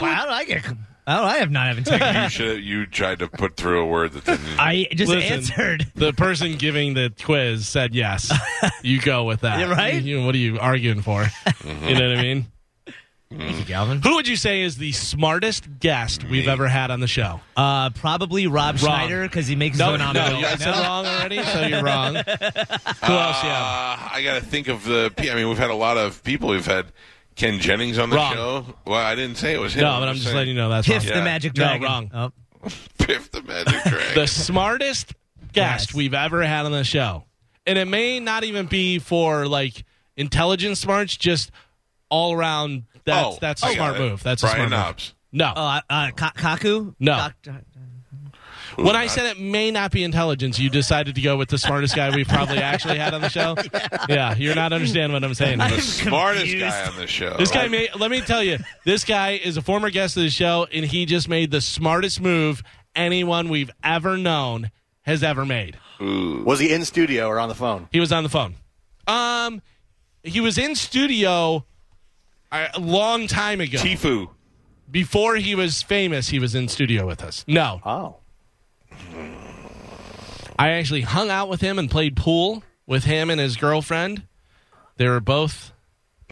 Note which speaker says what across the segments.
Speaker 1: Wow, I get. Oh, I have not even taken.
Speaker 2: you
Speaker 1: it.
Speaker 2: should you tried to put through a word that didn't.
Speaker 1: I just
Speaker 3: Listen.
Speaker 1: answered.
Speaker 3: The person giving the quiz said yes. you go with that,
Speaker 1: Yeah, right?
Speaker 3: You- what are you arguing for?
Speaker 2: Mm-hmm.
Speaker 3: You know what I mean?
Speaker 1: Thank you, Galvin.
Speaker 3: Who would you say is the smartest guest we've ever had on the show?
Speaker 1: Uh, probably Rob Schneider because he makes
Speaker 3: No,
Speaker 1: his
Speaker 3: no,
Speaker 1: own
Speaker 3: no,
Speaker 1: omelet.
Speaker 3: you guys said wrong already, so you're wrong. Who else? Yeah,
Speaker 2: Uh, I got to think of the. pe- I mean, we've had a lot of people. We've had Ken Jennings on the
Speaker 3: Wrong.
Speaker 2: show. Well, I didn't say it was him.
Speaker 3: no, but I'm just letting you know that's
Speaker 1: Piff
Speaker 3: wrong.
Speaker 1: the Magic
Speaker 3: No,
Speaker 1: Dragon.
Speaker 3: wrong.
Speaker 1: Oh,
Speaker 2: Piff the Magic Dragon.
Speaker 3: The smartest guest
Speaker 1: Yes.
Speaker 3: we've ever had on the show, and it may not even be for like intelligence smarts, just all around. That's
Speaker 2: Oh,
Speaker 3: that's a
Speaker 2: I got
Speaker 3: smart
Speaker 2: it.
Speaker 3: move. That's
Speaker 2: Brian
Speaker 3: a smart
Speaker 2: Knobs.
Speaker 3: move. No,
Speaker 1: oh uh, uh, Ka- Kaku.
Speaker 3: No.
Speaker 1: Doc-
Speaker 3: When I said it may not be intelligence, you decided to go with the smartest guy we've probably actually had on the show. Yeah, you're not understanding what I'm saying.
Speaker 2: the
Speaker 1: I'm
Speaker 2: smartest guy
Speaker 1: confused.
Speaker 2: on the show.
Speaker 3: This guy made. Let me tell you, this guy is a former guest of the show, and he just made the smartest move anyone we've ever known has ever made.
Speaker 4: Was he in studio or on the phone?
Speaker 3: He was on the phone. Um, he was in studio a a long time ago.
Speaker 2: Tifu.
Speaker 3: Before he was famous, he was in studio with us. No,
Speaker 4: Oh.
Speaker 3: I actually hung out with him and played pool with him and his girlfriend. They were both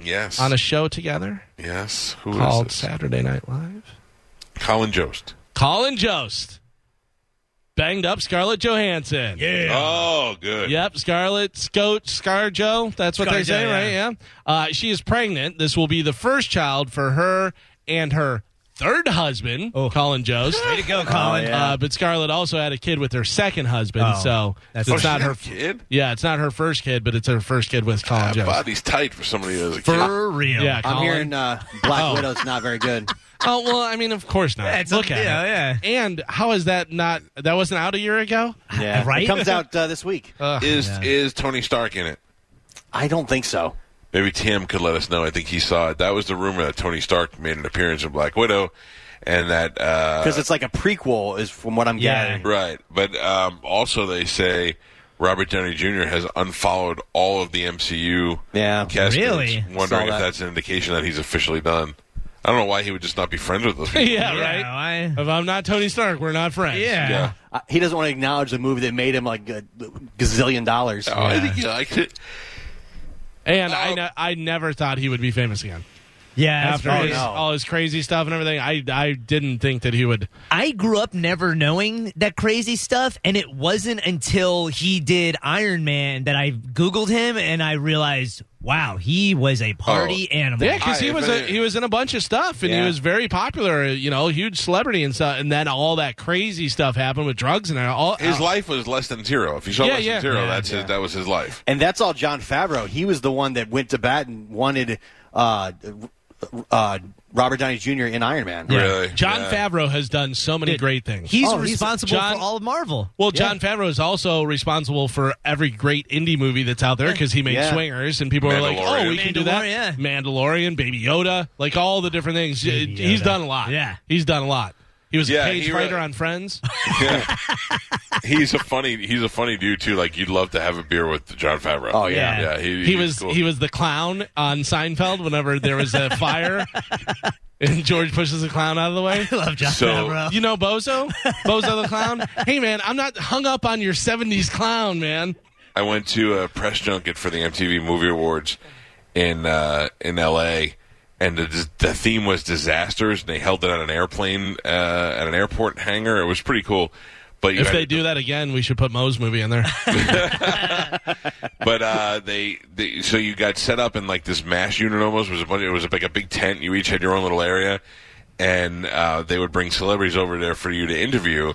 Speaker 2: Yes.
Speaker 3: on a show together
Speaker 2: yes. Who is
Speaker 3: called
Speaker 2: this?
Speaker 3: Saturday Night Live.
Speaker 2: Colin Jost.
Speaker 3: Colin Jost banged up Scarlett Johansson. Yeah.
Speaker 2: Oh, good.
Speaker 3: Yep, Scarlett Scoat Scarjo. That's what they
Speaker 1: Scarjo,
Speaker 3: say,
Speaker 1: yeah.
Speaker 3: right? Yeah. Uh, she is pregnant. This will be the first child for her and her third husband, Colin Jost.
Speaker 1: Oh. Way to go, Colin.
Speaker 4: yeah.
Speaker 3: Uh, but Scarlett also had a kid with her second husband,
Speaker 1: Oh,
Speaker 3: so
Speaker 1: that's-
Speaker 3: that's
Speaker 2: Oh,
Speaker 3: it's
Speaker 2: she
Speaker 3: not
Speaker 2: had
Speaker 3: her.
Speaker 2: a kid.
Speaker 3: Yeah, it's not her first kid, but it's her first kid with Colin
Speaker 2: That
Speaker 3: Jost.
Speaker 2: body's tight for somebody who has a kid.
Speaker 1: For real.
Speaker 3: Yeah,
Speaker 4: I'm
Speaker 3: Colin.
Speaker 4: hearing uh, Black Widow's not very good.
Speaker 3: Oh well, I mean, of course not.
Speaker 1: Yeah, it's-
Speaker 3: Look at
Speaker 1: yeah,
Speaker 3: it.
Speaker 1: yeah.
Speaker 3: And how is that not? That wasn't out a year ago.
Speaker 4: Yeah.
Speaker 1: Right?
Speaker 4: It comes out uh, this week.
Speaker 2: Is is Tony Stark in it?
Speaker 4: I don't think so.
Speaker 2: Maybe Tim could let us know. I think he saw it. That was the rumor that Tony Stark made an appearance in Black Widow, and that uh,
Speaker 4: Because it's like a prequel, is from what I'm
Speaker 1: Yeah.
Speaker 4: gathering.
Speaker 2: Right, but um, also they say Robert Downey Jr. has unfollowed all of the MCU.
Speaker 4: Yeah.
Speaker 2: cast
Speaker 1: Really?
Speaker 2: members, wondering
Speaker 4: Saw
Speaker 2: if
Speaker 4: that.
Speaker 2: that's an indication that he's officially done. I don't know why he would just not be friends with those people.
Speaker 3: Yeah, right. Oh,
Speaker 1: I-
Speaker 3: If I'm not Tony Stark, we're not friends.
Speaker 1: yeah.
Speaker 2: Yeah.
Speaker 4: Uh, he doesn't want to acknowledge the movie that made him like a gazillion dollars.
Speaker 2: Oh, I think he liked it.
Speaker 3: And I,
Speaker 2: Oh.
Speaker 3: ne- I never thought he would be famous again.
Speaker 1: Yeah, that's
Speaker 3: After all,
Speaker 1: right.
Speaker 3: his,
Speaker 4: no.
Speaker 3: all his crazy stuff and everything, I, I didn't think that he would.
Speaker 1: I grew up never knowing that crazy stuff, and it wasn't until he did Iron Man that I Googled him and I realized, wow, he was a party animal.
Speaker 3: Yeah, because he
Speaker 2: I-
Speaker 3: was a, he was in a bunch of stuff and he
Speaker 4: Yeah.
Speaker 3: was very popular, you know, huge celebrity and stuff. And then all that crazy stuff happened with drugs and all. uh,
Speaker 2: His life was less than zero. If you saw
Speaker 3: Oh. Yeah,
Speaker 2: less
Speaker 3: yeah.
Speaker 2: than zero,
Speaker 3: Yeah,
Speaker 2: that's his, that was his life.
Speaker 4: And that's all John Favreau. He was the one that went to bat and wanted uh, uh, Robert Downey Jr. in Iron Man.
Speaker 2: Really,
Speaker 3: John
Speaker 2: Yeah.
Speaker 3: Favreau has done so many great things.
Speaker 1: He's
Speaker 4: Oh, he's-
Speaker 1: responsible
Speaker 3: John-
Speaker 1: for all of Marvel.
Speaker 3: well, John Favreau is also responsible for every great indie movie that's out there because he made
Speaker 4: Yeah.
Speaker 3: Swingers and people were like, "Oh,
Speaker 1: Mandalorian.
Speaker 3: we can do that."
Speaker 1: Mandalorian, yeah.
Speaker 3: Mandalorian, Baby Yoda, like all the different things.
Speaker 1: Baby
Speaker 3: He's
Speaker 1: Yoda.
Speaker 3: done a lot.
Speaker 1: Yeah.
Speaker 3: he's done a lot. He was
Speaker 2: Yeah,
Speaker 3: a cage
Speaker 2: he
Speaker 3: fighter
Speaker 2: really-
Speaker 3: on Friends.
Speaker 2: he's a funny he's a funny dude too. Like you'd love to have a beer with John Favreau.
Speaker 4: Oh, yeah.
Speaker 2: yeah. He,
Speaker 3: he
Speaker 2: he's
Speaker 3: was
Speaker 2: cool.
Speaker 3: he was the clown on Seinfeld whenever there was a fire and George pushes the clown out of the way.
Speaker 1: I love John
Speaker 2: So-
Speaker 1: Favreau.
Speaker 3: You know Bozo? Bozo the clown? Hey man, I'm not hung up on your 70s clown, man.
Speaker 2: I went to a press junket for the MTV Movie Awards in uh, in L.A. and the, the theme was disasters, and they held it on an airplane uh, at an airport hangar. It was pretty cool. But you
Speaker 3: If
Speaker 2: had-
Speaker 3: they do that again, we should put Moe's movie in there.
Speaker 2: but uh, they, they so you got set up in like this mass unit almost It was a bunch. It was like a big tent. You each had your own little area, and uh, they would bring celebrities over there for you to interview.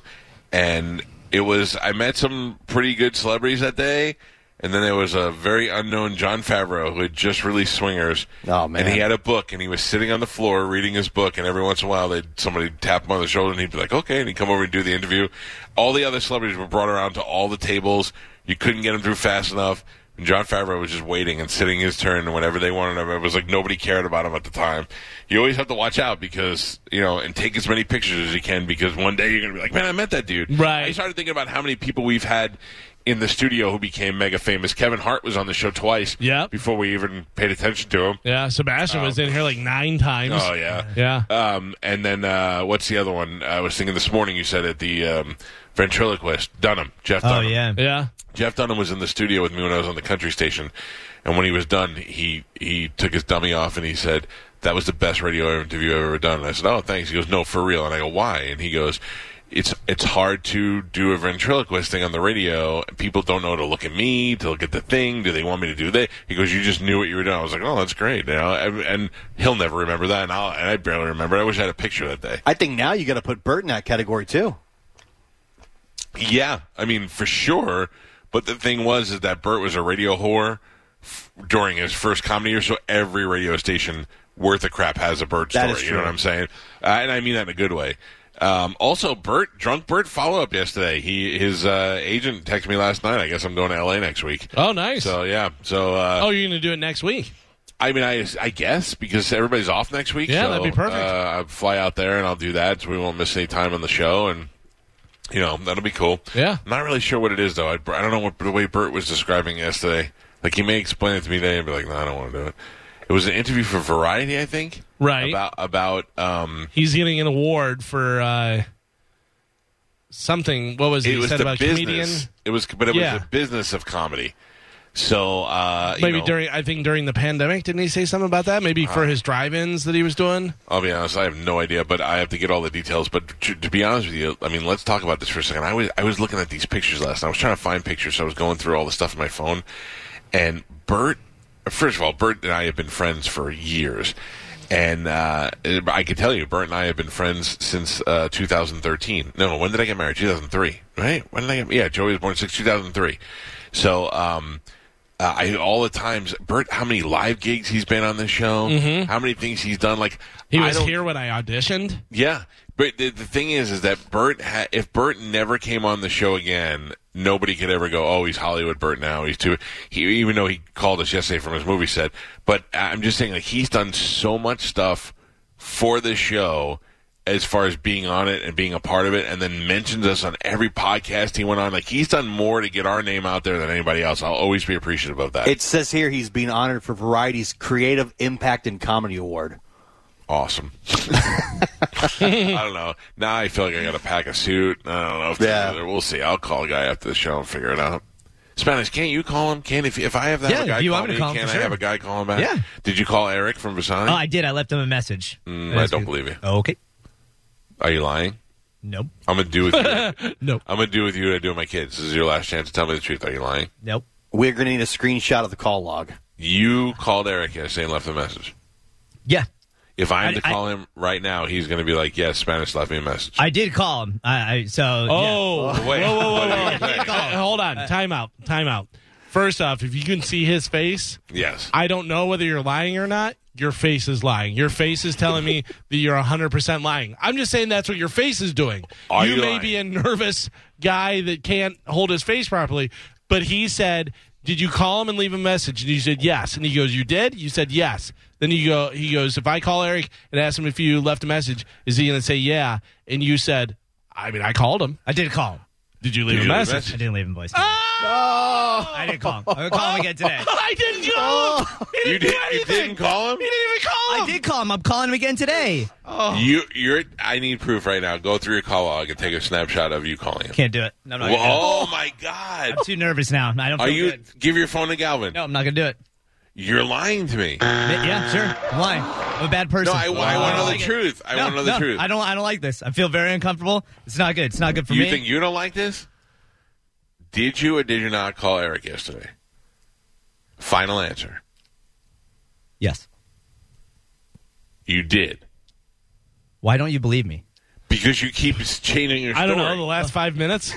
Speaker 2: And it was I met some pretty good celebrities that day, And then there was a very unknown John Favreau who had just released Swingers.
Speaker 4: Oh, man.
Speaker 2: And he had a book, and he was sitting on the floor reading his book. And every once in a while, they'd somebody tap him on the shoulder, and he'd be like, "Okay," and he'd come over and do the interview. All the other celebrities were brought around to all the tables. You couldn't get him through fast enough. And John Favreau was just waiting and sitting his turn whenever they wanted him. It was like nobody cared about him at the time. You always have to watch out because, you know, and take as many pictures as you can because one day you're going to be like, man, I met that dude.
Speaker 3: Right.
Speaker 2: I started thinking about how many people we've had in the studio who became mega famous. Kevin Hart was on the show twice
Speaker 3: Yep.
Speaker 2: before we even paid attention to him.
Speaker 3: Yeah, Sebastian was in here like nine times.
Speaker 2: Oh, yeah.
Speaker 3: Yeah.
Speaker 2: Um, and then uh, what's the other one? I was thinking this morning you said at the um, ventriloquist, Dunham, Jeff
Speaker 1: Oh
Speaker 2: Dunham.
Speaker 1: yeah.
Speaker 3: yeah.
Speaker 2: Jeff Dunham was in the studio with me when I was on the country station, and when he was done, he he took his dummy off and he said, "That was the best radio interview I've ever done." And I said, "Oh, thanks." He goes, "No, for real." And I go, "Why?" And he goes, "It's it's hard to do a ventriloquist thing on the radio. People don't know to look at me, to look at the thing. Do they want me to do that?" He goes, "You just knew what you were doing." I was like, "Oh, that's great." You know, and, and he'll never remember that, and, I'll, and I barely remember. it. I wish I had a picture that day.
Speaker 4: I think now you got to put Bert in that category too.
Speaker 2: Yeah, I mean for sure. But the thing was is that Bert was a radio whore f- during his first comedy year, so every radio station worth a crap has a Bert
Speaker 4: That
Speaker 2: story.
Speaker 4: is
Speaker 2: You know
Speaker 4: true.
Speaker 2: what I'm saying? Uh, and I mean that in a good way. Um, also, Bert, drunk Bert, follow up yesterday. He his uh, agent texted me last night. I guess I'm going to L.A. next week.
Speaker 3: Oh, nice.
Speaker 2: So yeah, so uh,
Speaker 3: oh, you're gonna do it next week.
Speaker 2: I mean, I, I guess because everybody's off next week.
Speaker 3: Yeah,
Speaker 2: so,
Speaker 3: that'd be perfect.
Speaker 2: Uh, I'll fly out there and I'll do that, so we won't miss any time on the show, and you know that'll be cool.
Speaker 3: Yeah.
Speaker 2: I'm not really sure what it is though. I, I don't know what the way Bert was describing yesterday. Like he may explain it to me today and be like, "No, I don't want to do it." It was an interview for Variety, I think.
Speaker 3: Right.
Speaker 2: About about um,
Speaker 3: He's getting an award for uh, something. What was it?
Speaker 2: it
Speaker 3: He
Speaker 2: was
Speaker 3: said
Speaker 2: the
Speaker 3: about
Speaker 2: business.
Speaker 3: comedian.
Speaker 2: It was, but it
Speaker 3: Yeah.
Speaker 2: was the business of comedy. So uh, you
Speaker 3: Maybe
Speaker 2: know,
Speaker 3: during, I think during the pandemic, didn't he say something about that? Maybe for his drive-ins that he was doing.
Speaker 2: I'll be honest. I have no idea, but I have to get all the details. But to, to be honest with you, I mean, let's talk about this for a second. I was I was looking at these pictures last night. I was trying to find pictures. So I was going through all the stuff on my phone, and Bert. First of all, Bert and I have been friends for years, and uh, I can tell you, Bert and I have been friends since uh, 2013. No, no, when did I get married? 2003, right? When did I get? Yeah, Joey was born six 2003. So. um uh, I all the times, Bert. How many live gigs he's been on this show? How many things he's done? Like
Speaker 3: He
Speaker 2: I
Speaker 3: was
Speaker 2: don't-
Speaker 3: here when I auditioned.
Speaker 2: Yeah, but the, the thing is, is that Bert. Ha- if Bert never came on the show again, nobody could ever go. Oh, he's Hollywood Bert now. He's too. He, even though he called us yesterday from his movie set, but I'm just saying, like he's done so much stuff for the show. As far as being on it and being a part of it, and then mentions us on every podcast he went on, like he's done more to get our name out there than anybody else. I'll always be appreciative of that.
Speaker 4: It says here he's being honored for Variety's Creative Impact and Comedy Award.
Speaker 2: awesome. I don't know. Now I feel like I got to pack a suit. I don't know if
Speaker 4: Yeah.
Speaker 2: yeah. we'll see. I'll call a guy after the show and figure it out. Spanish, can't you call him? Can if if I have that
Speaker 1: Yeah,
Speaker 2: a guy
Speaker 1: if you
Speaker 2: call
Speaker 1: want me
Speaker 2: me,
Speaker 1: to call him,
Speaker 2: can
Speaker 1: for
Speaker 2: I
Speaker 1: sure.
Speaker 2: have a guy call him back?
Speaker 1: Yeah.
Speaker 2: Did you call Eric from Vasani?
Speaker 1: Oh, I did. I left him a message.
Speaker 2: Mm, I don't believe you.
Speaker 1: Okay.
Speaker 2: Are you lying?
Speaker 1: Nope.
Speaker 2: I'm gonna do with you.
Speaker 3: No.
Speaker 2: I'm gonna do with you what I do with my kids. This is your last chance to tell me the truth. Are you lying?
Speaker 1: Nope.
Speaker 4: We're going to need a screenshot of the call log.
Speaker 2: You called Eric yesterday and left a message.
Speaker 1: Yeah.
Speaker 2: If I am
Speaker 1: I-
Speaker 2: to call him right now, he's gonna be like, "Yes, Spanish left me a message."
Speaker 1: I did call him. I, I so yeah.
Speaker 3: Oh,
Speaker 2: Wait,
Speaker 3: whoa, whoa, whoa,
Speaker 2: what
Speaker 3: whoa!
Speaker 2: did you say?
Speaker 3: Uh, Hold on, time out, time out. First off, if you can see his face,
Speaker 2: Yes.
Speaker 3: I don't know whether you're lying or not. Your face is lying. Your face is telling me that you're 100% lying. I'm just saying that's what your face is doing.
Speaker 2: Are you
Speaker 3: may
Speaker 2: lying?
Speaker 3: be a nervous guy that can't hold his face properly, but he said, "Did you call him and leave a message?" And you said, "Yes." And he goes, "You did?" You said, "Yes." Then you go he goes, "If I call Eric and ask him if you left a message, is he going to say yeah?" And you said, "I mean, I called him."
Speaker 1: I did call him.
Speaker 3: Did you leave
Speaker 2: Did
Speaker 3: a
Speaker 2: you leave a Oh!
Speaker 3: message?
Speaker 1: I didn't leave him voice. I did call him. I would call him again today.
Speaker 3: I didn't call him. He
Speaker 2: You,
Speaker 3: didn't
Speaker 2: did,
Speaker 3: do
Speaker 2: you
Speaker 3: anything.
Speaker 2: didn't call him.
Speaker 3: He didn't even call
Speaker 2: Oh!
Speaker 3: him.
Speaker 1: I did call him. I'm calling him again today.
Speaker 2: You, you're. I need proof right now. Go through your call log and take a snapshot of you calling him.
Speaker 1: Can't do it. No, I'm not
Speaker 2: Whoa,
Speaker 1: gonna do it.
Speaker 2: oh my God!
Speaker 1: I'm too nervous now. I don't feel
Speaker 2: Are you?
Speaker 1: good.
Speaker 2: Give your phone to Galvin.
Speaker 1: No, I'm not gonna do it.
Speaker 2: You're lying to me. No,
Speaker 1: Ma- Yeah, sure. I'm lying. I'm a bad person.
Speaker 2: I, I want to know the
Speaker 1: like it.
Speaker 2: truth. I
Speaker 1: No,
Speaker 2: want to know the
Speaker 1: no,
Speaker 2: truth.
Speaker 1: I don't. I don't like this. I feel very uncomfortable. It's not good. It's not good for
Speaker 2: You
Speaker 1: me.
Speaker 2: think you don't like this? Did you or did you not call Eric yesterday? Final answer.
Speaker 1: yes.
Speaker 2: You did
Speaker 1: Why don't you believe me?
Speaker 2: because you keep changing your story.
Speaker 3: I don't know the last five minutes.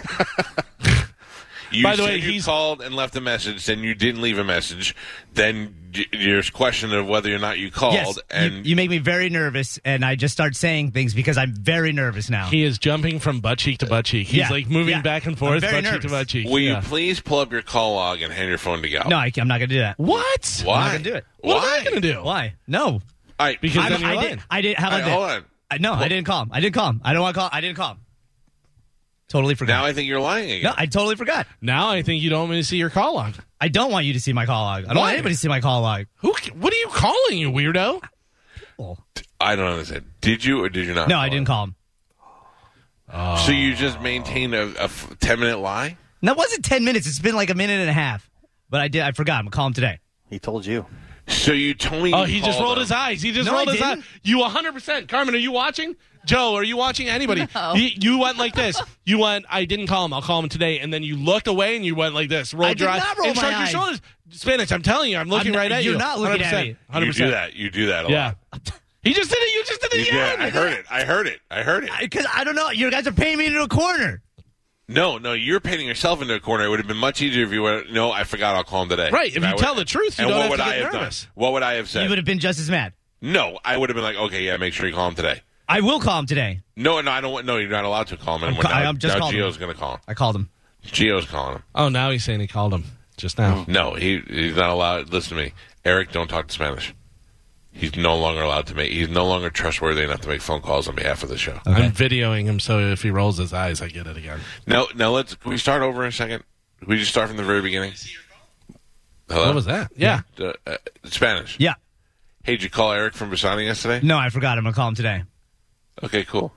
Speaker 2: You
Speaker 3: By the
Speaker 2: said
Speaker 3: way,
Speaker 2: you
Speaker 3: he's-
Speaker 2: called and left a message, then you didn't leave a message. Then y- there's question of whether or not you called.
Speaker 1: Yes,
Speaker 2: and
Speaker 1: you, you make me very nervous, and I just start saying things because I'm very nervous now.
Speaker 3: He is jumping from butt cheek to butt cheek. He's
Speaker 1: Yeah,
Speaker 3: like moving
Speaker 1: yeah.
Speaker 3: back and
Speaker 1: I'm
Speaker 3: forth, butt
Speaker 1: very
Speaker 3: cheek to
Speaker 1: nervous.
Speaker 3: butt cheek.
Speaker 2: will
Speaker 3: Yeah.
Speaker 2: you please pull up your call log and hand your phone to Gal?
Speaker 1: no, I, am not going to do that.
Speaker 3: what?
Speaker 2: Why?
Speaker 1: gonna do it.
Speaker 3: What
Speaker 2: Why?
Speaker 3: am I going to do?
Speaker 1: Why? No,
Speaker 2: All right,
Speaker 3: Because
Speaker 1: I'm-
Speaker 3: then you're
Speaker 1: I
Speaker 3: lying.
Speaker 1: did. I did. How
Speaker 2: all
Speaker 1: about
Speaker 2: right,
Speaker 1: that?
Speaker 2: hold on.
Speaker 1: I, no, I didn't call him. I didn't call him. I don't want to call. I didn't call him. Totally forgot.
Speaker 2: Now I think you're lying again.
Speaker 1: no, I totally forgot.
Speaker 3: Now I think you don't want me to see your call log.
Speaker 1: I don't want you to see my call log. I don't
Speaker 3: Why?
Speaker 1: want anybody to see my call log.
Speaker 3: Who? ca- What are you calling, you weirdo?
Speaker 1: Well,
Speaker 2: I don't understand. Did you or did you not?
Speaker 1: no, I didn't call him.
Speaker 2: call. So you just maintained a, a f- ten minute lie?
Speaker 1: And that wasn't ten minutes. It's been like a minute and a half. But I did. I forgot. I'm gonna call him today.
Speaker 4: He told you.
Speaker 2: So you told me.
Speaker 3: Oh,
Speaker 2: you
Speaker 3: he just
Speaker 2: called
Speaker 3: rolled
Speaker 2: him.
Speaker 3: his eyes. He just
Speaker 1: No, I
Speaker 3: rolled his eyes.
Speaker 1: didn't.
Speaker 3: You 100%. Carmen, are you watching? Joe, are you watching anybody? You, you went like this. You went, I didn't call him. I'll call him today. And then you looked away and you went like this. Rolled
Speaker 1: I did
Speaker 3: your eyes.
Speaker 1: not roll
Speaker 3: and
Speaker 1: my
Speaker 3: shrugged
Speaker 1: eyes.
Speaker 3: your shoulders. Spanish, I'm telling you, I'm looking
Speaker 1: not-
Speaker 3: right at you.
Speaker 1: you're not looking at me.
Speaker 3: 100%.
Speaker 2: You do that. You do that. A
Speaker 3: Yeah.
Speaker 2: Lot.
Speaker 3: He just did it. You just did it
Speaker 2: You do
Speaker 3: again.
Speaker 2: that. I heard it. I heard it. I heard it.
Speaker 1: Because I don't know. You guys are painting me into a corner.
Speaker 2: No, no, you're painting yourself into a corner. It would have been much easier if you went. No, I forgot. I'll call him today.
Speaker 3: Right, if
Speaker 2: And
Speaker 3: you
Speaker 2: I would-
Speaker 3: tell the truth, you
Speaker 2: and
Speaker 3: don't
Speaker 2: what
Speaker 3: have
Speaker 2: would
Speaker 3: to
Speaker 2: I
Speaker 3: get
Speaker 2: have
Speaker 3: nervous.
Speaker 2: done? What would I have
Speaker 1: You
Speaker 2: said?
Speaker 1: would have been just as mad.
Speaker 2: no, I would have been like, okay, yeah, make sure you call him today.
Speaker 1: I will call him today.
Speaker 2: No, no, I don't. want No, you're not allowed to call him. And
Speaker 1: ca-
Speaker 2: now,
Speaker 1: I'm just
Speaker 2: now
Speaker 1: calling
Speaker 2: Gio's going to call him.
Speaker 1: I called him.
Speaker 2: Gio's calling him.
Speaker 3: Oh, now he's saying he called him just now.
Speaker 2: No, he he's not allowed. Listen to me, Eric. Don't talk to Spanish. He's no longer allowed to make. He's no longer trustworthy enough to make phone calls on behalf of the show.
Speaker 1: Oh.
Speaker 3: I'm videoing him, so if he rolls his eyes, I get it again.
Speaker 2: Now, now let's. Can we start over in a second? Can we just start from the very beginning. Hello.
Speaker 3: What was that? Yeah.
Speaker 2: Uh, uh, Spanish.
Speaker 1: Yeah.
Speaker 2: Hey, did you call Eric from Bassani yesterday?
Speaker 1: No, I forgot. I'm gonna call him today.
Speaker 2: Okay, cool.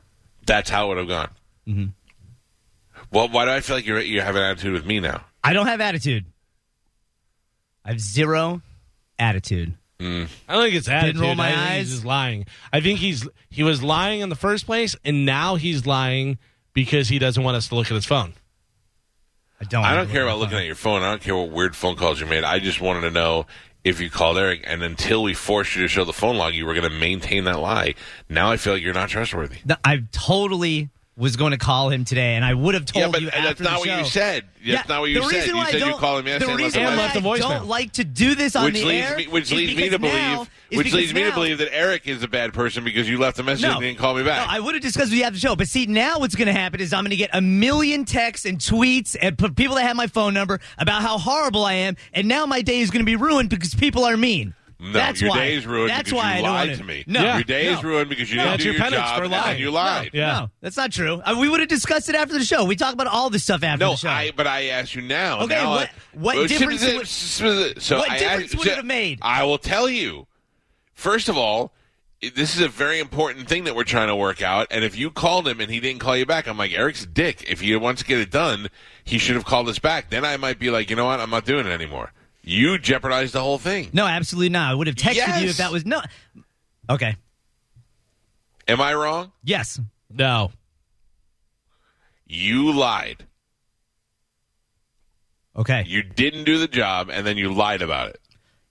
Speaker 2: That's how it would have gone. Mm-hmm.
Speaker 1: Mm-hmm.
Speaker 2: Well, why do I feel like you're, you have an attitude with me now?
Speaker 1: I don't have attitude. I have zero attitude.
Speaker 3: I don't think it's attitude.
Speaker 1: roll my
Speaker 3: I think
Speaker 1: eyes.
Speaker 3: He's just lying. I think he's he was lying in the first place, and now he's lying because he doesn't want us to look at his phone.
Speaker 1: I don't.
Speaker 2: I don't care about looking at your phone. I don't care what weird phone calls you made. I just wanted to know if you called Eric, and until we forced you to show the phone log, you were going to maintain that lie. Now I feel like you're not trustworthy.
Speaker 1: No, I totally was going to call him today, and I would have told
Speaker 2: yeah, but
Speaker 1: you after
Speaker 2: that's
Speaker 1: the
Speaker 2: not what you
Speaker 1: show.
Speaker 2: said. That's
Speaker 1: Yeah,
Speaker 2: not what you
Speaker 1: the
Speaker 2: said.
Speaker 1: reason
Speaker 2: You
Speaker 1: why I
Speaker 2: said you
Speaker 1: don't-
Speaker 2: called him yesterday.
Speaker 1: The
Speaker 2: and left
Speaker 1: reason
Speaker 2: a
Speaker 1: why
Speaker 2: message.
Speaker 3: left a
Speaker 1: I
Speaker 3: voicemail.
Speaker 1: don't like to do this on
Speaker 2: which
Speaker 1: the
Speaker 2: leads
Speaker 1: air,
Speaker 2: me, which
Speaker 1: is
Speaker 2: leads me
Speaker 1: because
Speaker 2: to
Speaker 1: now-
Speaker 2: believe,
Speaker 1: is
Speaker 2: which
Speaker 1: because
Speaker 2: leads me to
Speaker 1: now-
Speaker 2: believe that Eric is a bad person because you left a message
Speaker 1: No.
Speaker 2: and didn't call me back.
Speaker 1: No, I would have discussed we have the show, but see now what's going to happen is I'm going to get a million texts and tweets and p- people that have my phone number about how horrible I am, and now my day is going to be ruined because people are mean.
Speaker 2: No,
Speaker 1: that's
Speaker 2: your
Speaker 1: why.
Speaker 2: day is ruined
Speaker 1: That's
Speaker 2: because
Speaker 1: why
Speaker 2: you
Speaker 1: I don't
Speaker 2: lied
Speaker 1: want
Speaker 2: to
Speaker 1: it.
Speaker 2: me.
Speaker 1: No,
Speaker 2: Your day
Speaker 1: no.
Speaker 2: is ruined because you
Speaker 3: No,
Speaker 2: didn't
Speaker 3: it's
Speaker 2: do
Speaker 3: your
Speaker 2: your
Speaker 3: penance
Speaker 2: job
Speaker 3: for
Speaker 2: and then
Speaker 3: lying.
Speaker 2: you lied.
Speaker 3: Yeah.
Speaker 1: No, that's not true. Uh, we would have discussed it after the show. We talk about all this stuff after
Speaker 2: No,
Speaker 1: the show.
Speaker 2: I. But I asked you now.
Speaker 1: Okay,
Speaker 2: now,
Speaker 1: what-
Speaker 2: I-
Speaker 1: what
Speaker 2: Well,
Speaker 1: difference
Speaker 2: so-
Speaker 1: would-
Speaker 2: so- so
Speaker 1: what
Speaker 2: I
Speaker 1: difference
Speaker 2: asked-
Speaker 1: would it have made?
Speaker 2: I will tell you. First of all, i- this is a very important thing that we're trying to work out. And if you called him and he didn't call you back, I'm like Eric's a dick. If he wants to get it done, he should have called us back. Then I might be like, you know what? I'm not doing it anymore. You jeopardized the whole thing.
Speaker 1: no, absolutely not. I would have texted you
Speaker 2: Yes.
Speaker 1: if that was no. Okay.
Speaker 2: Am I wrong?
Speaker 1: Yes.
Speaker 3: No.
Speaker 2: You lied.
Speaker 1: Okay.
Speaker 2: You didn't do the job, and then you lied about it.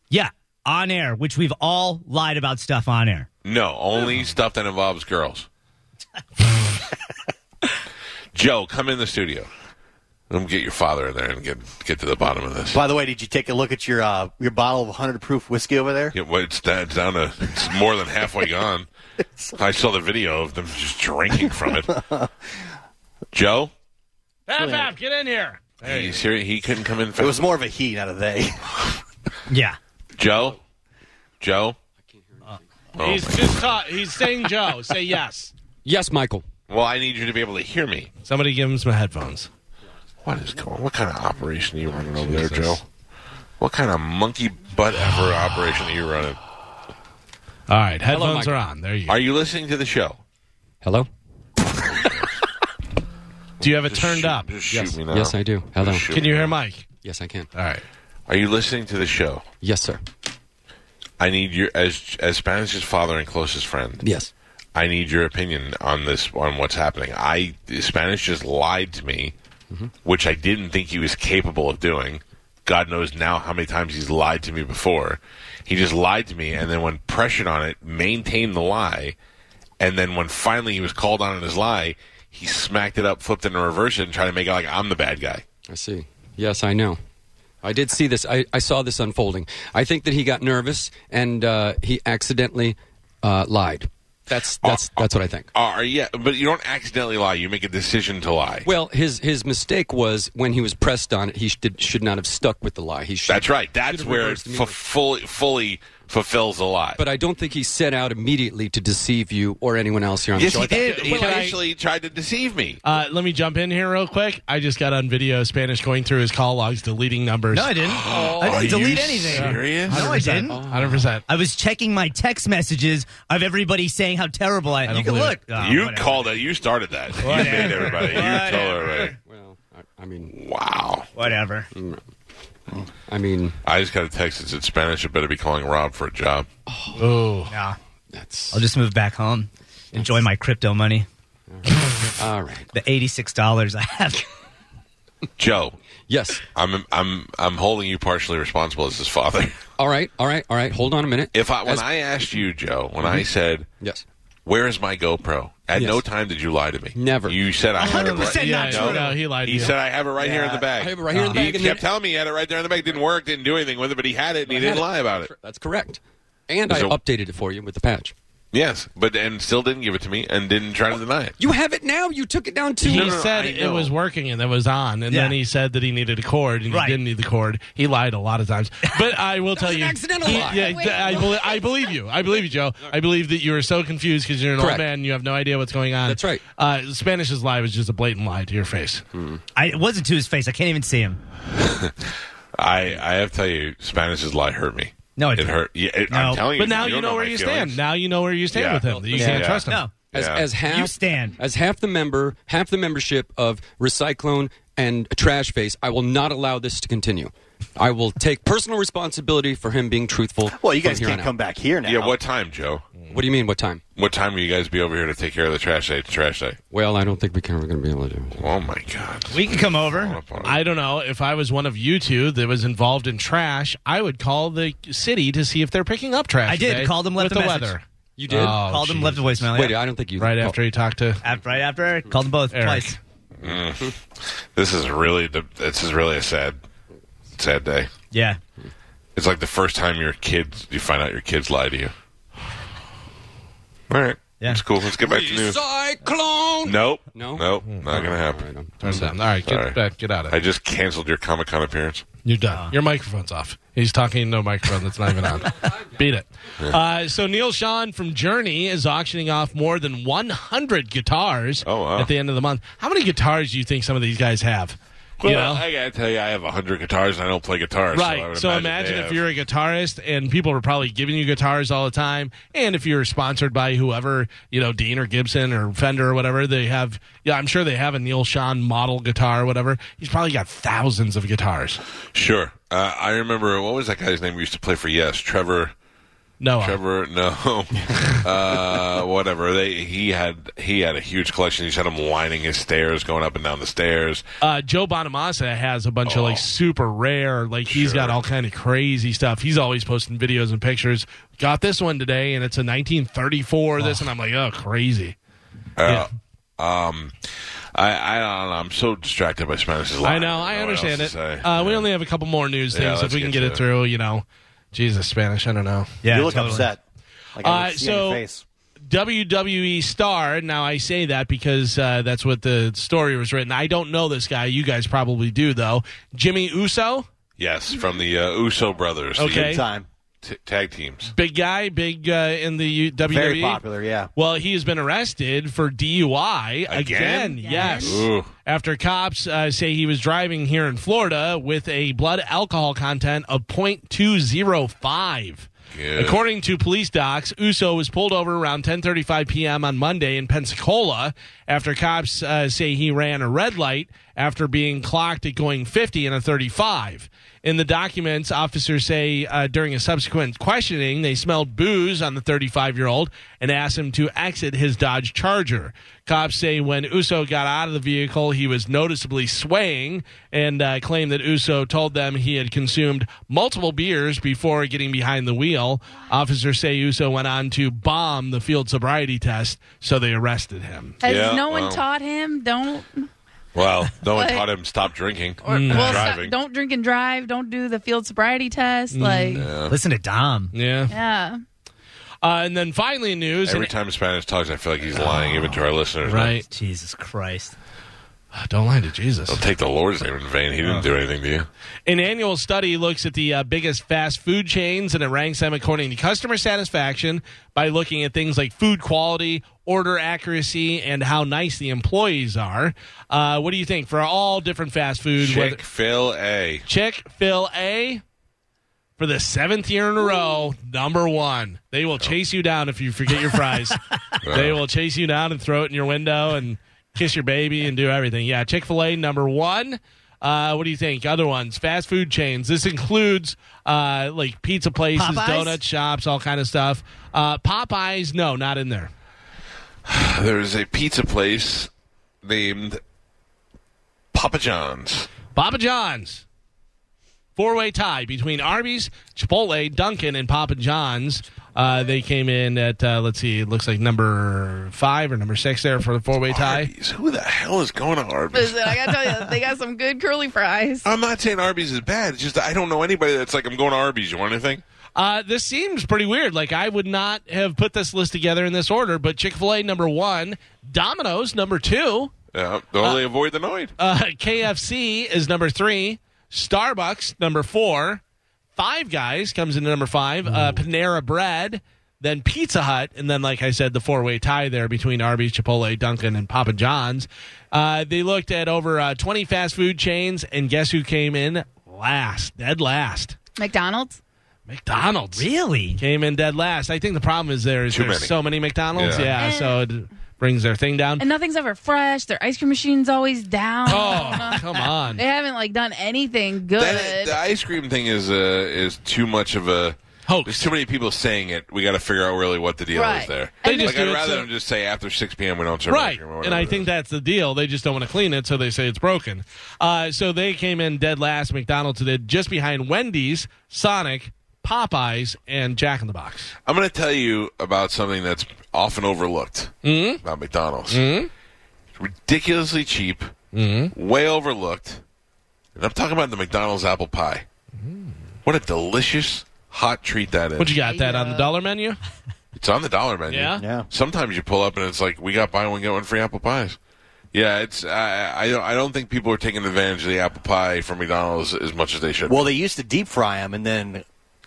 Speaker 1: Yeah. On air, which we've all lied about stuff on air.
Speaker 2: No, only stuff that involves girls. Joe, come in the studio. Let me get your father in there and get get to the bottom of this.
Speaker 4: By the way, did you take a look at your uh, your bottle of 100 proof whiskey over there?
Speaker 2: Yeah, well, it's, it's down to it's more than halfway gone. I saw the video of them just drinking from it. Joe,
Speaker 3: Fab, Fab, get in here.
Speaker 2: he's here. He couldn't come in.
Speaker 4: It
Speaker 2: Fast.
Speaker 4: was more of a he, not a they.
Speaker 1: Yeah.
Speaker 2: Joe. Joe. Oh,
Speaker 3: He's just taught. He's saying Joe. Say yes.
Speaker 5: Yes, Michael.
Speaker 2: well, I need you to be able to hear me.
Speaker 3: Somebody give him some headphones.
Speaker 2: What is going? What kind of operation are you running over there, Joe? What kind of monkey butt ever operation are you running?
Speaker 3: All right, headphones
Speaker 5: Michael.
Speaker 3: are on. There you go.
Speaker 2: Are you listening to the show?
Speaker 5: Hello.
Speaker 3: Do you have it turned up?
Speaker 2: Just shoot me now.
Speaker 5: Yes, I do. Hello.
Speaker 2: Just shoot
Speaker 3: Can
Speaker 2: me
Speaker 3: you hear
Speaker 2: now.
Speaker 3: Mike?
Speaker 5: Yes, I can.
Speaker 3: All right.
Speaker 2: Are you listening to the show?
Speaker 5: Yes, sir.
Speaker 2: I need your as as Spanish's father and closest friend.
Speaker 5: Yes.
Speaker 2: I need your opinion on this on what's happening. I Spanish just lied to me, which I didn't think he was capable of doing. God knows now how many times he's lied to me before. He just lied to me, and then when pressured on it, maintained the lie, and then when finally he was called on in his lie, he smacked it up, flipped it in reverse, it, and tried to make it like I'm the bad guy.
Speaker 5: I see. Yes, I know. I did see this. I, I saw this unfolding. I think that he got nervous and uh, he accidentally uh, lied. That's
Speaker 2: Uh,
Speaker 5: that's that's what I think.
Speaker 2: Are Uh, yeah, but you don't accidentally lie. You make a decision to lie.
Speaker 5: Well, his his mistake was when he was pressed on it. He should, should not have stuck with the lie. He should.
Speaker 2: That's right. That's
Speaker 5: should've
Speaker 2: where it
Speaker 5: reversed
Speaker 2: fu-
Speaker 5: immediately.
Speaker 2: fully fully fulfills a lie.
Speaker 5: But I don't think he set out immediately to deceive you or anyone else here on
Speaker 2: yes,
Speaker 5: the show.
Speaker 2: he
Speaker 5: I think-
Speaker 2: did. He
Speaker 3: Can I-
Speaker 2: actually tried to deceive me.
Speaker 3: Uh, let me jump in here real quick. I just got on video Spanish going through his call logs, deleting numbers.
Speaker 1: No, I didn't. I
Speaker 2: Oh. Are
Speaker 1: didn't delete
Speaker 2: you
Speaker 1: anything.
Speaker 2: serious?
Speaker 1: No, I didn't.
Speaker 3: 100%.
Speaker 1: I was checking my text messages of everybody saying how terrible I. am.
Speaker 3: don't
Speaker 1: you can
Speaker 3: believe
Speaker 1: look.
Speaker 5: Ah,
Speaker 1: Oh,
Speaker 2: you
Speaker 1: whatever.
Speaker 2: called that. You started that. You made everybody. You told everybody.
Speaker 5: Well, I, I mean,
Speaker 2: Wow.
Speaker 1: Whatever.
Speaker 5: I mean,
Speaker 2: I just got a text that said Spanish. I better be calling Rob for a job.
Speaker 3: Oh.
Speaker 1: Nah.
Speaker 5: that's
Speaker 1: I'll just move back home. Enjoy my crypto money.
Speaker 5: all right.
Speaker 1: The eighty-six dollars I have.
Speaker 2: Joe,
Speaker 5: Yes.
Speaker 2: I'm I'm I'm holding you partially responsible as his father.
Speaker 5: All right. All right. All right. Hold on a minute.
Speaker 2: If I when
Speaker 5: As- Mm-hmm.
Speaker 2: I asked you, Joe, when I said
Speaker 5: yes.
Speaker 2: Where is my GoPro? At
Speaker 5: Yes.
Speaker 2: no time did you lie to me.
Speaker 5: Never.
Speaker 2: You said I have it.
Speaker 1: 100%
Speaker 2: right-
Speaker 3: Yeah,
Speaker 1: not
Speaker 3: yeah,
Speaker 1: true.
Speaker 3: no, he lied to
Speaker 2: He
Speaker 3: you.
Speaker 2: said I have it right here in the bag.
Speaker 5: I have it right here in the
Speaker 2: uh, He
Speaker 5: bag, and
Speaker 2: kept
Speaker 5: then-
Speaker 2: telling me he had it right there in the bag. Didn't work. Didn't do anything with it. But he had it, and he didn't lie about it.
Speaker 5: That's correct. And I
Speaker 2: So-
Speaker 5: updated it for you with the patch.
Speaker 2: Yes, but and still didn't give it to me, and didn't try to deny it.
Speaker 5: You have it now. You took it down to.
Speaker 3: He
Speaker 2: no, no,
Speaker 3: said
Speaker 2: I
Speaker 3: it
Speaker 2: know.
Speaker 3: was working and it was on, and
Speaker 1: Yeah.
Speaker 3: then he said that he needed a cord and
Speaker 1: Right.
Speaker 3: he didn't need the cord. He lied a lot of times, but I will tell
Speaker 5: was an
Speaker 3: you,
Speaker 5: accidental
Speaker 3: he-
Speaker 5: lie.
Speaker 3: yeah, I, believe, I believe you. I believe you, Joe. I believe that you were so confused because you're an old
Speaker 5: Correct.
Speaker 3: man, and you have no idea what's going on.
Speaker 5: That's right.
Speaker 3: Uh, Spanish's lie was just a blatant lie to your face.
Speaker 2: Hmm.
Speaker 1: I it wasn't to his face. I can't even see him.
Speaker 2: I I have to tell you, Spanish's lie hurt me.
Speaker 1: No, it
Speaker 2: it
Speaker 1: didn't.
Speaker 2: hurt. Yeah, it,
Speaker 1: No.
Speaker 2: I'm telling you.
Speaker 3: But now you
Speaker 2: don't
Speaker 3: know where
Speaker 2: my
Speaker 3: you
Speaker 2: feelings.
Speaker 3: stand. Now you know where you stand
Speaker 2: Yeah.
Speaker 3: with him. You
Speaker 1: Yeah.
Speaker 3: can't
Speaker 2: Yeah.
Speaker 3: trust him.
Speaker 1: No.
Speaker 5: As,
Speaker 2: Yeah.
Speaker 5: as half
Speaker 1: You stand.
Speaker 5: as half the member, half the membership of Recyclone and Trash Face, I will not allow this to continue. I will take personal responsibility for him being truthful.
Speaker 4: Well, you
Speaker 5: from
Speaker 4: guys
Speaker 5: here
Speaker 4: can't
Speaker 5: on
Speaker 4: come
Speaker 5: out.
Speaker 4: back here now.
Speaker 2: Yeah. What time, Joe?
Speaker 5: What do you mean? What time?
Speaker 2: What time will you guys be over here to take care of the trash day? Trash day.
Speaker 5: Well, I don't think we can, we're going to be able to do it.
Speaker 2: Oh my God.
Speaker 1: We can come over.
Speaker 3: I don't know if I was one of you two that was involved in trash. I would call the city to see if they're picking up trash.
Speaker 1: I did.
Speaker 3: today
Speaker 1: Called them, left
Speaker 3: with
Speaker 1: a
Speaker 3: the
Speaker 1: message.
Speaker 3: weather.
Speaker 5: You did?
Speaker 3: Oh,
Speaker 1: called him,
Speaker 3: geez.
Speaker 1: left a voicemail.
Speaker 5: Wait,
Speaker 1: yeah.
Speaker 5: I don't think you.
Speaker 3: right
Speaker 5: oh,
Speaker 3: after he talked to.
Speaker 1: Af- right after Eric, called them both
Speaker 3: Eric.
Speaker 1: twice.
Speaker 2: This is really the. This is really a sad, sad day.
Speaker 1: Yeah.
Speaker 2: It's like the first time your kids, you find out your kids lie to you. All right.
Speaker 1: Yeah.
Speaker 2: It's cool. Let's get back to news.
Speaker 5: Recyclone!
Speaker 2: Nope.
Speaker 5: No?
Speaker 2: Nope. Not going to
Speaker 5: All right,
Speaker 2: happen.
Speaker 5: I'm-
Speaker 3: Turns down. All right, get
Speaker 2: Sorry.
Speaker 3: back, get out of
Speaker 2: I
Speaker 3: it.
Speaker 2: just canceled your Comic Con appearance.
Speaker 3: You're
Speaker 1: Uh-huh.
Speaker 3: done. Your microphone's off. He's talking into a microphone that's not even on. Beat it. Uh, so Neil Sean from Journey is auctioning off more than 100 guitars
Speaker 2: Oh, wow.
Speaker 3: at the end of the month. How many guitars do you think some of these guys have? you know?
Speaker 2: I got to tell you, I have 100 guitars and I don't play guitar. So, I
Speaker 3: Right.
Speaker 2: would
Speaker 3: So
Speaker 2: imagine,
Speaker 3: imagine
Speaker 2: they
Speaker 3: if
Speaker 2: have-
Speaker 3: you're a guitarist and people are probably giving you guitars all the time. And if you're sponsored by whoever, you know, Dean or Gibson or Fender or whatever, they have, yeah, I'm sure they have a Neil Sean model guitar or whatever. He's probably got thousands of guitars.
Speaker 2: Sure. Uh, I remember, what was that guy's name who used to play for Yes? Trevor.
Speaker 3: No.
Speaker 2: Trevor, no, uh, whatever. They he had he had a huge collection. He just had him lining his stairs, going up and down the stairs.
Speaker 3: Uh, Joe Bonamassa has a bunch of like super rare, like he's
Speaker 2: Oh. Sure.
Speaker 3: got all kind of crazy stuff. He's always posting videos and pictures. Got this one today, and it's a 1934. This, and I'm like, oh, crazy.
Speaker 2: Uh, Um, I I don't know. I'm so distracted by Spanish's line.
Speaker 3: I know. I
Speaker 2: don't what
Speaker 3: understand
Speaker 2: else
Speaker 3: it.
Speaker 2: to say.
Speaker 3: Uh, we only have a couple more news
Speaker 2: Yeah,
Speaker 3: things if
Speaker 2: let's
Speaker 3: we can
Speaker 2: get
Speaker 3: get
Speaker 2: to
Speaker 3: it
Speaker 2: it.
Speaker 3: through. You know, Jesus, Spanish. I don't know.
Speaker 1: Yeah.
Speaker 4: you look
Speaker 1: totally.
Speaker 4: upset. Like I
Speaker 3: Uh,
Speaker 4: can see on your
Speaker 3: so-
Speaker 4: face.
Speaker 3: WWE E star. Now I say that because uh, that's what the story was written. I don't know this guy. You guys probably do though. Jimmy Uso,
Speaker 2: yes, from the uh, Uso brothers. the
Speaker 3: Okay.
Speaker 4: time.
Speaker 2: t- tag teams.
Speaker 3: big guy, big uh, in the U- WWE.
Speaker 4: Very popular, yeah.
Speaker 3: Well, he has been arrested for DUI
Speaker 2: Again?
Speaker 3: again. Yes.
Speaker 2: Ooh.
Speaker 3: After cops uh, say he was driving here in Florida with a blood alcohol content of 0.205.
Speaker 2: Good.
Speaker 3: According to police docs, Uso was pulled over around 10:35 p.m. on Monday in Pensacola after cops uh, say he ran a red light after being clocked at going 50 and a 35. In the documents, officers say uh, during a subsequent questioning, they smelled booze on the 35 year old and asked him to exit his Dodge Charger. Cops say when Uso got out of the vehicle, he was noticeably swaying and uh, claimed that Uso told them he had consumed multiple beers before getting behind the wheel. Officers say Uso went on to bomb the field sobriety test, so they arrested him.
Speaker 6: Has
Speaker 2: Yeah,
Speaker 6: no one
Speaker 2: well.
Speaker 3: Mm.
Speaker 6: taught him? Don't.
Speaker 2: Well, no one
Speaker 6: Like-
Speaker 2: taught him stop drinking.
Speaker 6: Or, well, stop-
Speaker 2: Driving.
Speaker 6: don't drink and drive. Don't do the field sobriety test.
Speaker 3: Mm.
Speaker 6: Like,
Speaker 2: Uh.
Speaker 1: Listen to Dom.
Speaker 3: Yeah.
Speaker 6: yeah.
Speaker 3: Uh, and then finally, in news.
Speaker 2: Every
Speaker 3: and-
Speaker 2: time Spanish talks, I feel like he's lying, even to our listeners.
Speaker 3: right.
Speaker 1: Jesus Christ.
Speaker 3: Don't lie to Jesus.
Speaker 2: Don't take the Lord's name in vain. He didn't do anything to you.
Speaker 3: An annual study looks at the uh, biggest fast food chains and it ranks them according to customer satisfaction by looking at things like food quality, order accuracy, and how nice the employees are. Uh, what do you think for all different fast food?
Speaker 2: Chick Phil A.
Speaker 3: Chick Fil A for the seventh year in a row, number one. They will chase you down if you forget your fries. they will chase you down and throw it in your window and kiss your baby and do everything. Yeah, Chick Fil A number one. Uh, what do you think? Other ones, fast food chains. This includes uh, like pizza places,
Speaker 1: Popeyes?
Speaker 3: donut shops, all kind of stuff. Uh, Popeyes, no, not in there.
Speaker 2: There is a pizza place named Papa John's.
Speaker 3: Papa John's. Four way tie between Arby's, Chipotle, Duncan, and Papa John's. Uh, they came in at, uh, let's see, it looks like number five or number six there for the four way tie.
Speaker 2: Arby's. Who the hell is going to Arby's?
Speaker 6: Listen, I gotta tell you, they got some good curly fries.
Speaker 2: I'm not saying Arby's is bad. It's just I don't know anybody that's like I'm going to Arby's. You want anything?
Speaker 3: Uh, this seems pretty weird. Like, I would not have put this list together in this order, but Chick fil A, number one, Domino's, number two,
Speaker 2: Yeah. Don't only avoid the noid.
Speaker 3: uh, KFC is number three, Starbucks, number four, Five Guys comes in at number five, uh, Panera Bread, then Pizza Hut, and then, like I said, the four way tie there between Arby's, Chipotle, Dunkin', and Papa John's. Uh, they looked at over uh, 20 fast food chains, and guess who came in last? Dead last.
Speaker 6: McDonald's.
Speaker 3: McDonald's.
Speaker 1: Really?
Speaker 3: Came in dead last. I think the problem is there is
Speaker 2: Too
Speaker 3: there's
Speaker 2: many.
Speaker 3: so many McDonald's.
Speaker 2: Yeah.
Speaker 3: Yeah, so it brings their thing down.
Speaker 6: And nothing's ever fresh. Their ice cream machine's always down.
Speaker 3: oh, come on.
Speaker 6: They haven't like done anything good.
Speaker 2: That, the ice cream thing is uh, is too much of a
Speaker 3: Hoax.
Speaker 2: There's too many people saying it. We got to figure out really what the deal
Speaker 6: Right.
Speaker 2: is there.
Speaker 3: They just
Speaker 2: like I'd
Speaker 3: do it
Speaker 2: rather
Speaker 3: so-
Speaker 2: them just say after 6 p.m. we don't serve ice
Speaker 3: uh, Right.
Speaker 2: cream or whatever
Speaker 3: And I
Speaker 2: it
Speaker 3: think
Speaker 2: is.
Speaker 3: that's the deal. They just don't want to clean it, so they say it's broken. Uh, so they came in dead last. McDonald's did just behind Wendy's, Sonic, Popeyes, and Jack in the Box.
Speaker 2: I'm going to tell you about something that's often overlooked
Speaker 3: Mm-hmm.
Speaker 2: about McDonald's. Ridiculously cheap,
Speaker 3: Mm-hmm.
Speaker 2: way overlooked. And I'm talking about the McDonald's apple pie.
Speaker 3: Mm-hmm.
Speaker 2: What a delicious hot treat that is.
Speaker 3: What you got that on the dollar menu?
Speaker 2: It's on the dollar menu.
Speaker 3: Yeah?
Speaker 4: Yeah.
Speaker 2: Sometimes you pull up and it's like we got buy one get one free apple pies. Yeah, it's I I don't, I don't think people are taking advantage of the apple pie from McDonald's as much as they should.
Speaker 4: Well, they used to deep fry them, and then,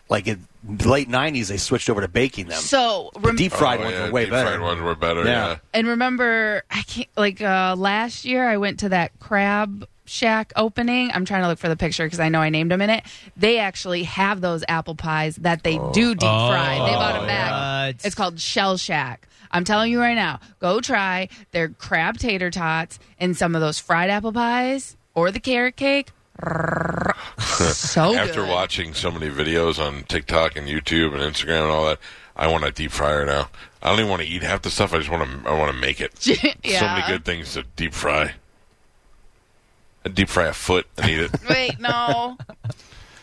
Speaker 4: like in the late '90s, they switched over to baking them.
Speaker 6: so
Speaker 4: The
Speaker 6: rem-
Speaker 4: deep fried
Speaker 2: Oh,
Speaker 4: ones
Speaker 2: yeah,
Speaker 4: are way
Speaker 2: deep
Speaker 4: better.
Speaker 2: Fried ones were better.
Speaker 4: Yeah.
Speaker 2: Yeah.
Speaker 6: and remember, I can't like uh, last year I went to that crab shack opening. I'm trying to look for the picture because I know I named them in it. They actually have those apple pies that they
Speaker 2: Oh.
Speaker 6: do deep fry. they bought them back.
Speaker 1: What?
Speaker 6: It's called Shell Shack. I'm telling you right now, go try their crab tater tots and some of those fried apple pies or the carrot cake. so
Speaker 2: After
Speaker 6: Oh, good.
Speaker 2: watching so many videos on TikTok and YouTube and Instagram and all that, I want a deep fryer now. I don't even want to eat half the stuff. I just want to I want to make it. So many
Speaker 6: Yeah.
Speaker 2: good things to deep fry. I deep fry a foot and eat it.
Speaker 6: Wait, no.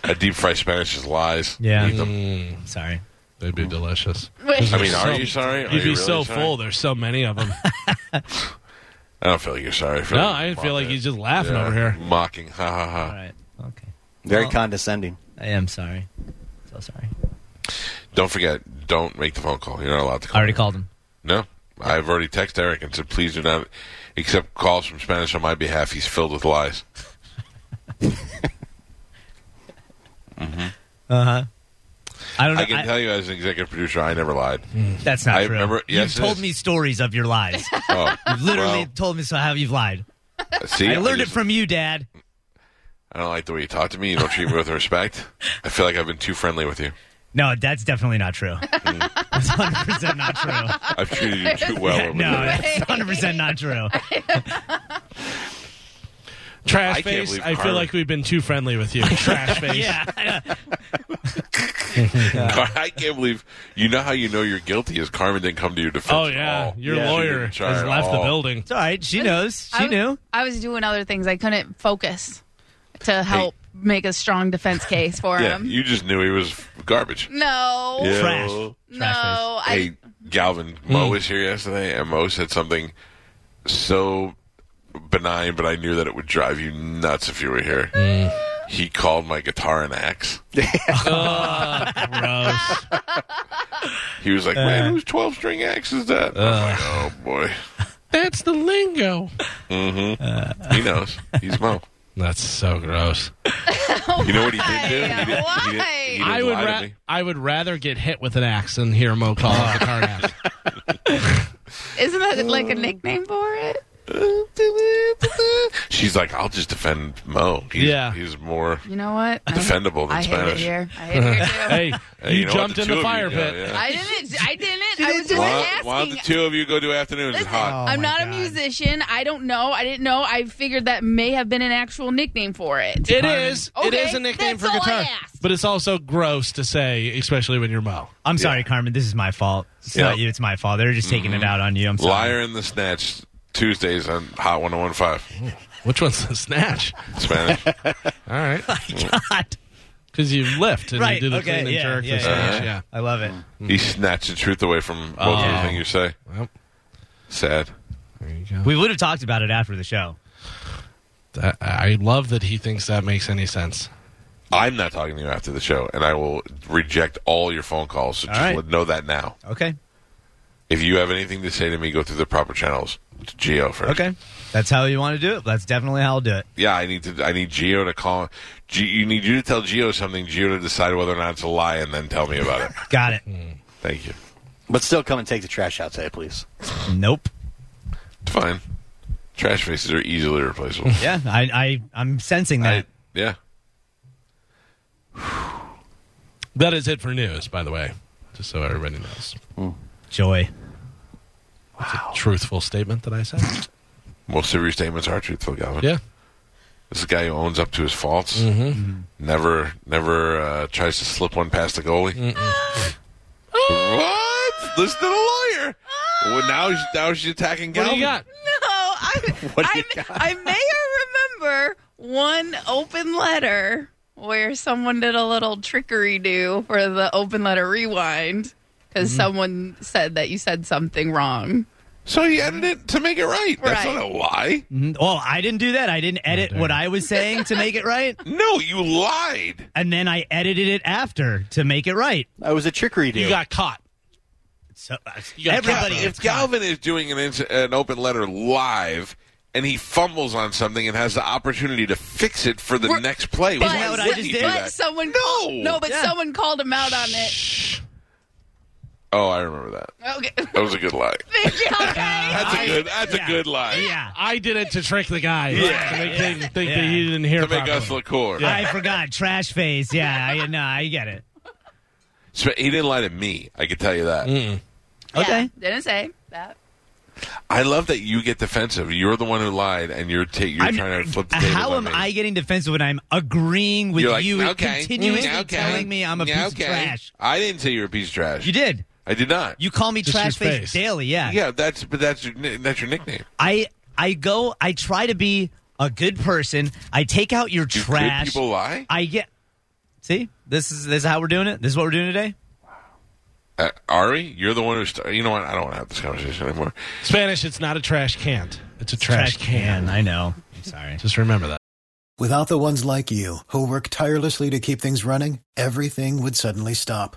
Speaker 2: I deep fry Spanish is lies.
Speaker 1: Yeah.
Speaker 2: Eat them.
Speaker 6: Mm.
Speaker 1: I'm sorry.
Speaker 3: They'd be delicious.
Speaker 6: Wait.
Speaker 2: I mean,
Speaker 3: So-
Speaker 2: are you sorry? Are
Speaker 3: You'd be
Speaker 2: you really
Speaker 3: so
Speaker 2: sorry?
Speaker 3: full. There's so many of them.
Speaker 2: I don't feel like you're sorry. for
Speaker 3: no,
Speaker 2: that.
Speaker 3: I
Speaker 2: Mock
Speaker 3: feel like
Speaker 2: it.
Speaker 3: he's just laughing
Speaker 2: Yeah,
Speaker 3: over here.
Speaker 2: Mocking. Ha ha ha.
Speaker 1: All right. Okay.
Speaker 4: Very
Speaker 1: Well-
Speaker 4: condescending.
Speaker 1: I am sorry. So sorry.
Speaker 2: Don't forget, don't make the phone call. You're not allowed to
Speaker 1: I
Speaker 2: call.
Speaker 1: already called him.
Speaker 2: No. I've already texted Eric and said, please do not accept calls from Spanish on my behalf. He's filled with lies.
Speaker 1: Uh huh. I don't know.
Speaker 2: I can
Speaker 1: I-
Speaker 2: tell you as an executive producer, I never lied.
Speaker 1: that's not
Speaker 2: I
Speaker 1: true.
Speaker 2: remember- yes,
Speaker 1: you've
Speaker 2: it
Speaker 1: told
Speaker 2: is.
Speaker 1: me stories of your lies.
Speaker 2: Oh,
Speaker 1: You've literally
Speaker 2: well,
Speaker 1: told me so how you've lied.
Speaker 2: see,
Speaker 1: I learned it
Speaker 2: just-
Speaker 1: from you, Dad.
Speaker 2: I don't like the way you talk to me. You don't treat me with respect. I feel like I've been too friendly with you.
Speaker 1: No, that's definitely not true. That's 100% not true.
Speaker 2: I've treated you too well. over
Speaker 1: No,
Speaker 2: the years.
Speaker 1: that's 100% not true.
Speaker 3: Trash
Speaker 2: I can't
Speaker 3: face.
Speaker 2: believe
Speaker 3: I feel
Speaker 2: Carmen-
Speaker 3: like we've been too friendly with you. Trash face.
Speaker 1: Yeah.
Speaker 2: Car- I can't believe you know how you know you're guilty is Carmen didn't come to your defense.
Speaker 3: Oh
Speaker 2: at
Speaker 3: yeah,
Speaker 2: all.
Speaker 3: your
Speaker 2: She
Speaker 3: lawyer
Speaker 2: didn't try
Speaker 3: has
Speaker 2: at
Speaker 3: left the
Speaker 2: all.
Speaker 3: building.
Speaker 1: It's all right. She knows.
Speaker 6: I
Speaker 1: She
Speaker 6: was,
Speaker 1: knew.
Speaker 6: I was doing other things. I couldn't focus to help make a strong defense case for
Speaker 2: Yeah,
Speaker 6: him.
Speaker 2: you just knew he was garbage.
Speaker 6: no.
Speaker 2: Yeah.
Speaker 1: Trash.
Speaker 2: No.
Speaker 6: No.
Speaker 1: Trash face.
Speaker 6: I,
Speaker 3: Hmm.
Speaker 2: hey, Galvin, Mo was here yesterday, and Mo said something so benign, but I knew that it would drive you nuts if you were here.
Speaker 3: Hmm.
Speaker 2: He called my guitar an axe.
Speaker 3: Oh, Gross.
Speaker 2: He was like, "Man, whose twelve string axe is that?" I was like, "Oh boy,
Speaker 3: That's the lingo.
Speaker 2: he knows. He's Mo."
Speaker 3: That's so gross.
Speaker 2: You know what he did do? He did, He did,
Speaker 6: Why?
Speaker 2: he did
Speaker 3: I would
Speaker 2: lie to
Speaker 3: ra-
Speaker 2: me.
Speaker 3: I would rather get hit with an axe than hear Mo call out the car axe.
Speaker 6: Isn't that like a nickname for it?
Speaker 2: She's like, "I'll just defend Mo." He's,
Speaker 3: Yeah.
Speaker 2: he's more
Speaker 6: You know what? I-
Speaker 2: defendable than
Speaker 6: I hate it
Speaker 2: Spanish.
Speaker 6: here. I hate it here too.
Speaker 3: Hey,
Speaker 2: Hey,
Speaker 3: you,
Speaker 2: know what?
Speaker 3: jumped
Speaker 2: The
Speaker 3: in
Speaker 2: two
Speaker 3: the
Speaker 2: of you-
Speaker 3: fire
Speaker 2: yeah,
Speaker 3: pit.
Speaker 2: yeah.
Speaker 6: I didn't. I didn't. I was just
Speaker 2: Why, why don't the
Speaker 6: asking.
Speaker 2: two of you go do afternoons? It's
Speaker 6: Listen,
Speaker 2: hot.
Speaker 6: I'm
Speaker 3: my
Speaker 6: not
Speaker 3: God.
Speaker 6: a musician. I don't know. I didn't know. I figured that may have been an actual nickname for it.
Speaker 3: It is. it
Speaker 6: Okay,
Speaker 3: is a nickname
Speaker 6: that's
Speaker 3: for
Speaker 6: all I
Speaker 3: guitar,
Speaker 6: asked.
Speaker 3: but it's also gross to say, especially when you're Mo.
Speaker 1: I'm sorry, Carmen. This is my fault. It's
Speaker 2: Yeah. Mm-hmm.
Speaker 1: not you. It's my fault. They're just taking it out on you. I'm
Speaker 3: Oh,
Speaker 1: sorry.
Speaker 2: Liar in the Snatch Tuesdays on Hot 1015
Speaker 3: Which one's the snatch?
Speaker 2: Spanish.
Speaker 3: All right,
Speaker 1: God.
Speaker 3: because you lift and
Speaker 1: Right,
Speaker 3: you do the
Speaker 1: okay,
Speaker 3: clean and
Speaker 1: yeah,
Speaker 3: jerk. the
Speaker 1: yeah,
Speaker 3: snatch, yeah.
Speaker 1: I love it.
Speaker 2: he snatched the truth away from both of
Speaker 3: Oh.
Speaker 2: everything you say.
Speaker 3: Well,
Speaker 2: Sad.
Speaker 3: there you go.
Speaker 1: We would have talked about it after the show.
Speaker 3: I, I love that he thinks that makes any sense.
Speaker 2: I'm not talking to you after the show, and I will reject all your phone calls. So just
Speaker 1: right.
Speaker 2: let- know that now.
Speaker 1: Okay.
Speaker 2: If you have anything to say to me, go through the proper channels. To Geo first.
Speaker 1: Okay. That's how you want to do it. That's definitely how I'll do it.
Speaker 2: Yeah, I need to. I need Geo to call. G, you need you to tell Geo something. Geo to decide whether or not it's a lie, and then tell me about it.
Speaker 1: Got it.
Speaker 2: Thank you.
Speaker 4: But still, come and take the trash out today, please.
Speaker 1: Nope.
Speaker 2: It's fine. Trash faces are easily replaceable.
Speaker 1: Yeah, I, I I'm sensing that.
Speaker 2: I, yeah.
Speaker 3: That is it for news, by the way, just so everybody knows.
Speaker 1: Joy.
Speaker 3: Truthful statement that I said.
Speaker 2: Most of your statements are truthful, Galvin.
Speaker 3: yeah. Mm-hmm.
Speaker 2: This is a guy who owns up to his faults. Never, never uh, tries to slip one past the goalie. what? Listen to the lawyer. Well, now, he's- now she's attacking
Speaker 3: What
Speaker 2: Galvin.
Speaker 3: do you got?
Speaker 6: No, I, I, I may remember one open letter where someone did a little trickery do for the open letter rewind because someone said that you said something wrong.
Speaker 2: So he edited it to make it right. That's
Speaker 6: Right.
Speaker 2: not a lie.
Speaker 1: Mm, Oh, I didn't do that. I didn't edit
Speaker 3: dang
Speaker 1: what
Speaker 3: it.
Speaker 1: I was saying to make it right,
Speaker 2: No, you lied.
Speaker 1: and then I edited it after to make it right.
Speaker 4: That was a trickery deal.
Speaker 3: You got caught.
Speaker 1: So uh,
Speaker 3: got
Speaker 1: everybody,
Speaker 3: caught,
Speaker 2: If Galvin is doing an, ins- an open letter live and he fumbles on something and has the opportunity to fix it for the
Speaker 6: We're-
Speaker 2: next play,
Speaker 6: But,
Speaker 1: that what I
Speaker 2: wouldn't
Speaker 1: just
Speaker 2: he
Speaker 1: did?
Speaker 2: do
Speaker 6: but
Speaker 2: that?
Speaker 6: someone
Speaker 2: No.
Speaker 6: called, no, but
Speaker 1: Yeah.
Speaker 6: someone called him out on it.
Speaker 2: Oh, I remember that.
Speaker 6: Okay,
Speaker 2: That was a good lie.
Speaker 6: okay.
Speaker 2: That's a good. That's
Speaker 1: yeah.
Speaker 2: a good lie.
Speaker 1: yeah,
Speaker 3: I did it to trick the guy. Yeah. To make him think that he didn't hear
Speaker 2: To make us
Speaker 3: properly.
Speaker 2: look cooler.
Speaker 1: I forgot. Trash face. Yeah, I, no, I get it.
Speaker 2: So he didn't lie to me. I can tell you that.
Speaker 3: Mm.
Speaker 1: Okay.
Speaker 6: Yeah, didn't say that.
Speaker 2: I love that you get defensive. You're the one who lied, and you're ta- you're
Speaker 1: I'm-
Speaker 2: trying to flip the tables
Speaker 1: How
Speaker 2: on
Speaker 1: am
Speaker 2: me.
Speaker 1: I getting defensive when I'm agreeing with
Speaker 2: You're like,
Speaker 1: you and
Speaker 2: okay, Mm-hmm. mm,
Speaker 1: continuously
Speaker 2: okay,
Speaker 1: telling me I'm a piece
Speaker 2: okay.
Speaker 1: of trash?
Speaker 2: I didn't say you're a piece of trash.
Speaker 1: You did.
Speaker 2: I did not.
Speaker 1: You call me
Speaker 3: Just
Speaker 1: trash
Speaker 3: your
Speaker 1: face,
Speaker 3: face.
Speaker 1: daily. Yeah.
Speaker 2: yeah, that's but that's your, ni- that's your nickname.
Speaker 1: I I go. I try to be a good person. I take out your
Speaker 2: Do
Speaker 1: trash.
Speaker 2: Good people lie.
Speaker 1: I get. See, this is this is how we're doing it. This is what we're doing today.
Speaker 2: Uh, Ari, you're the one who. St- you know what? I don't want to have this conversation anymore.
Speaker 3: Spanish, it's not a trash can. It's a trash, can.
Speaker 1: I know. I'm sorry.
Speaker 3: Just remember that.
Speaker 7: Without the ones like you, who work tirelessly to keep things running, everything would suddenly stop.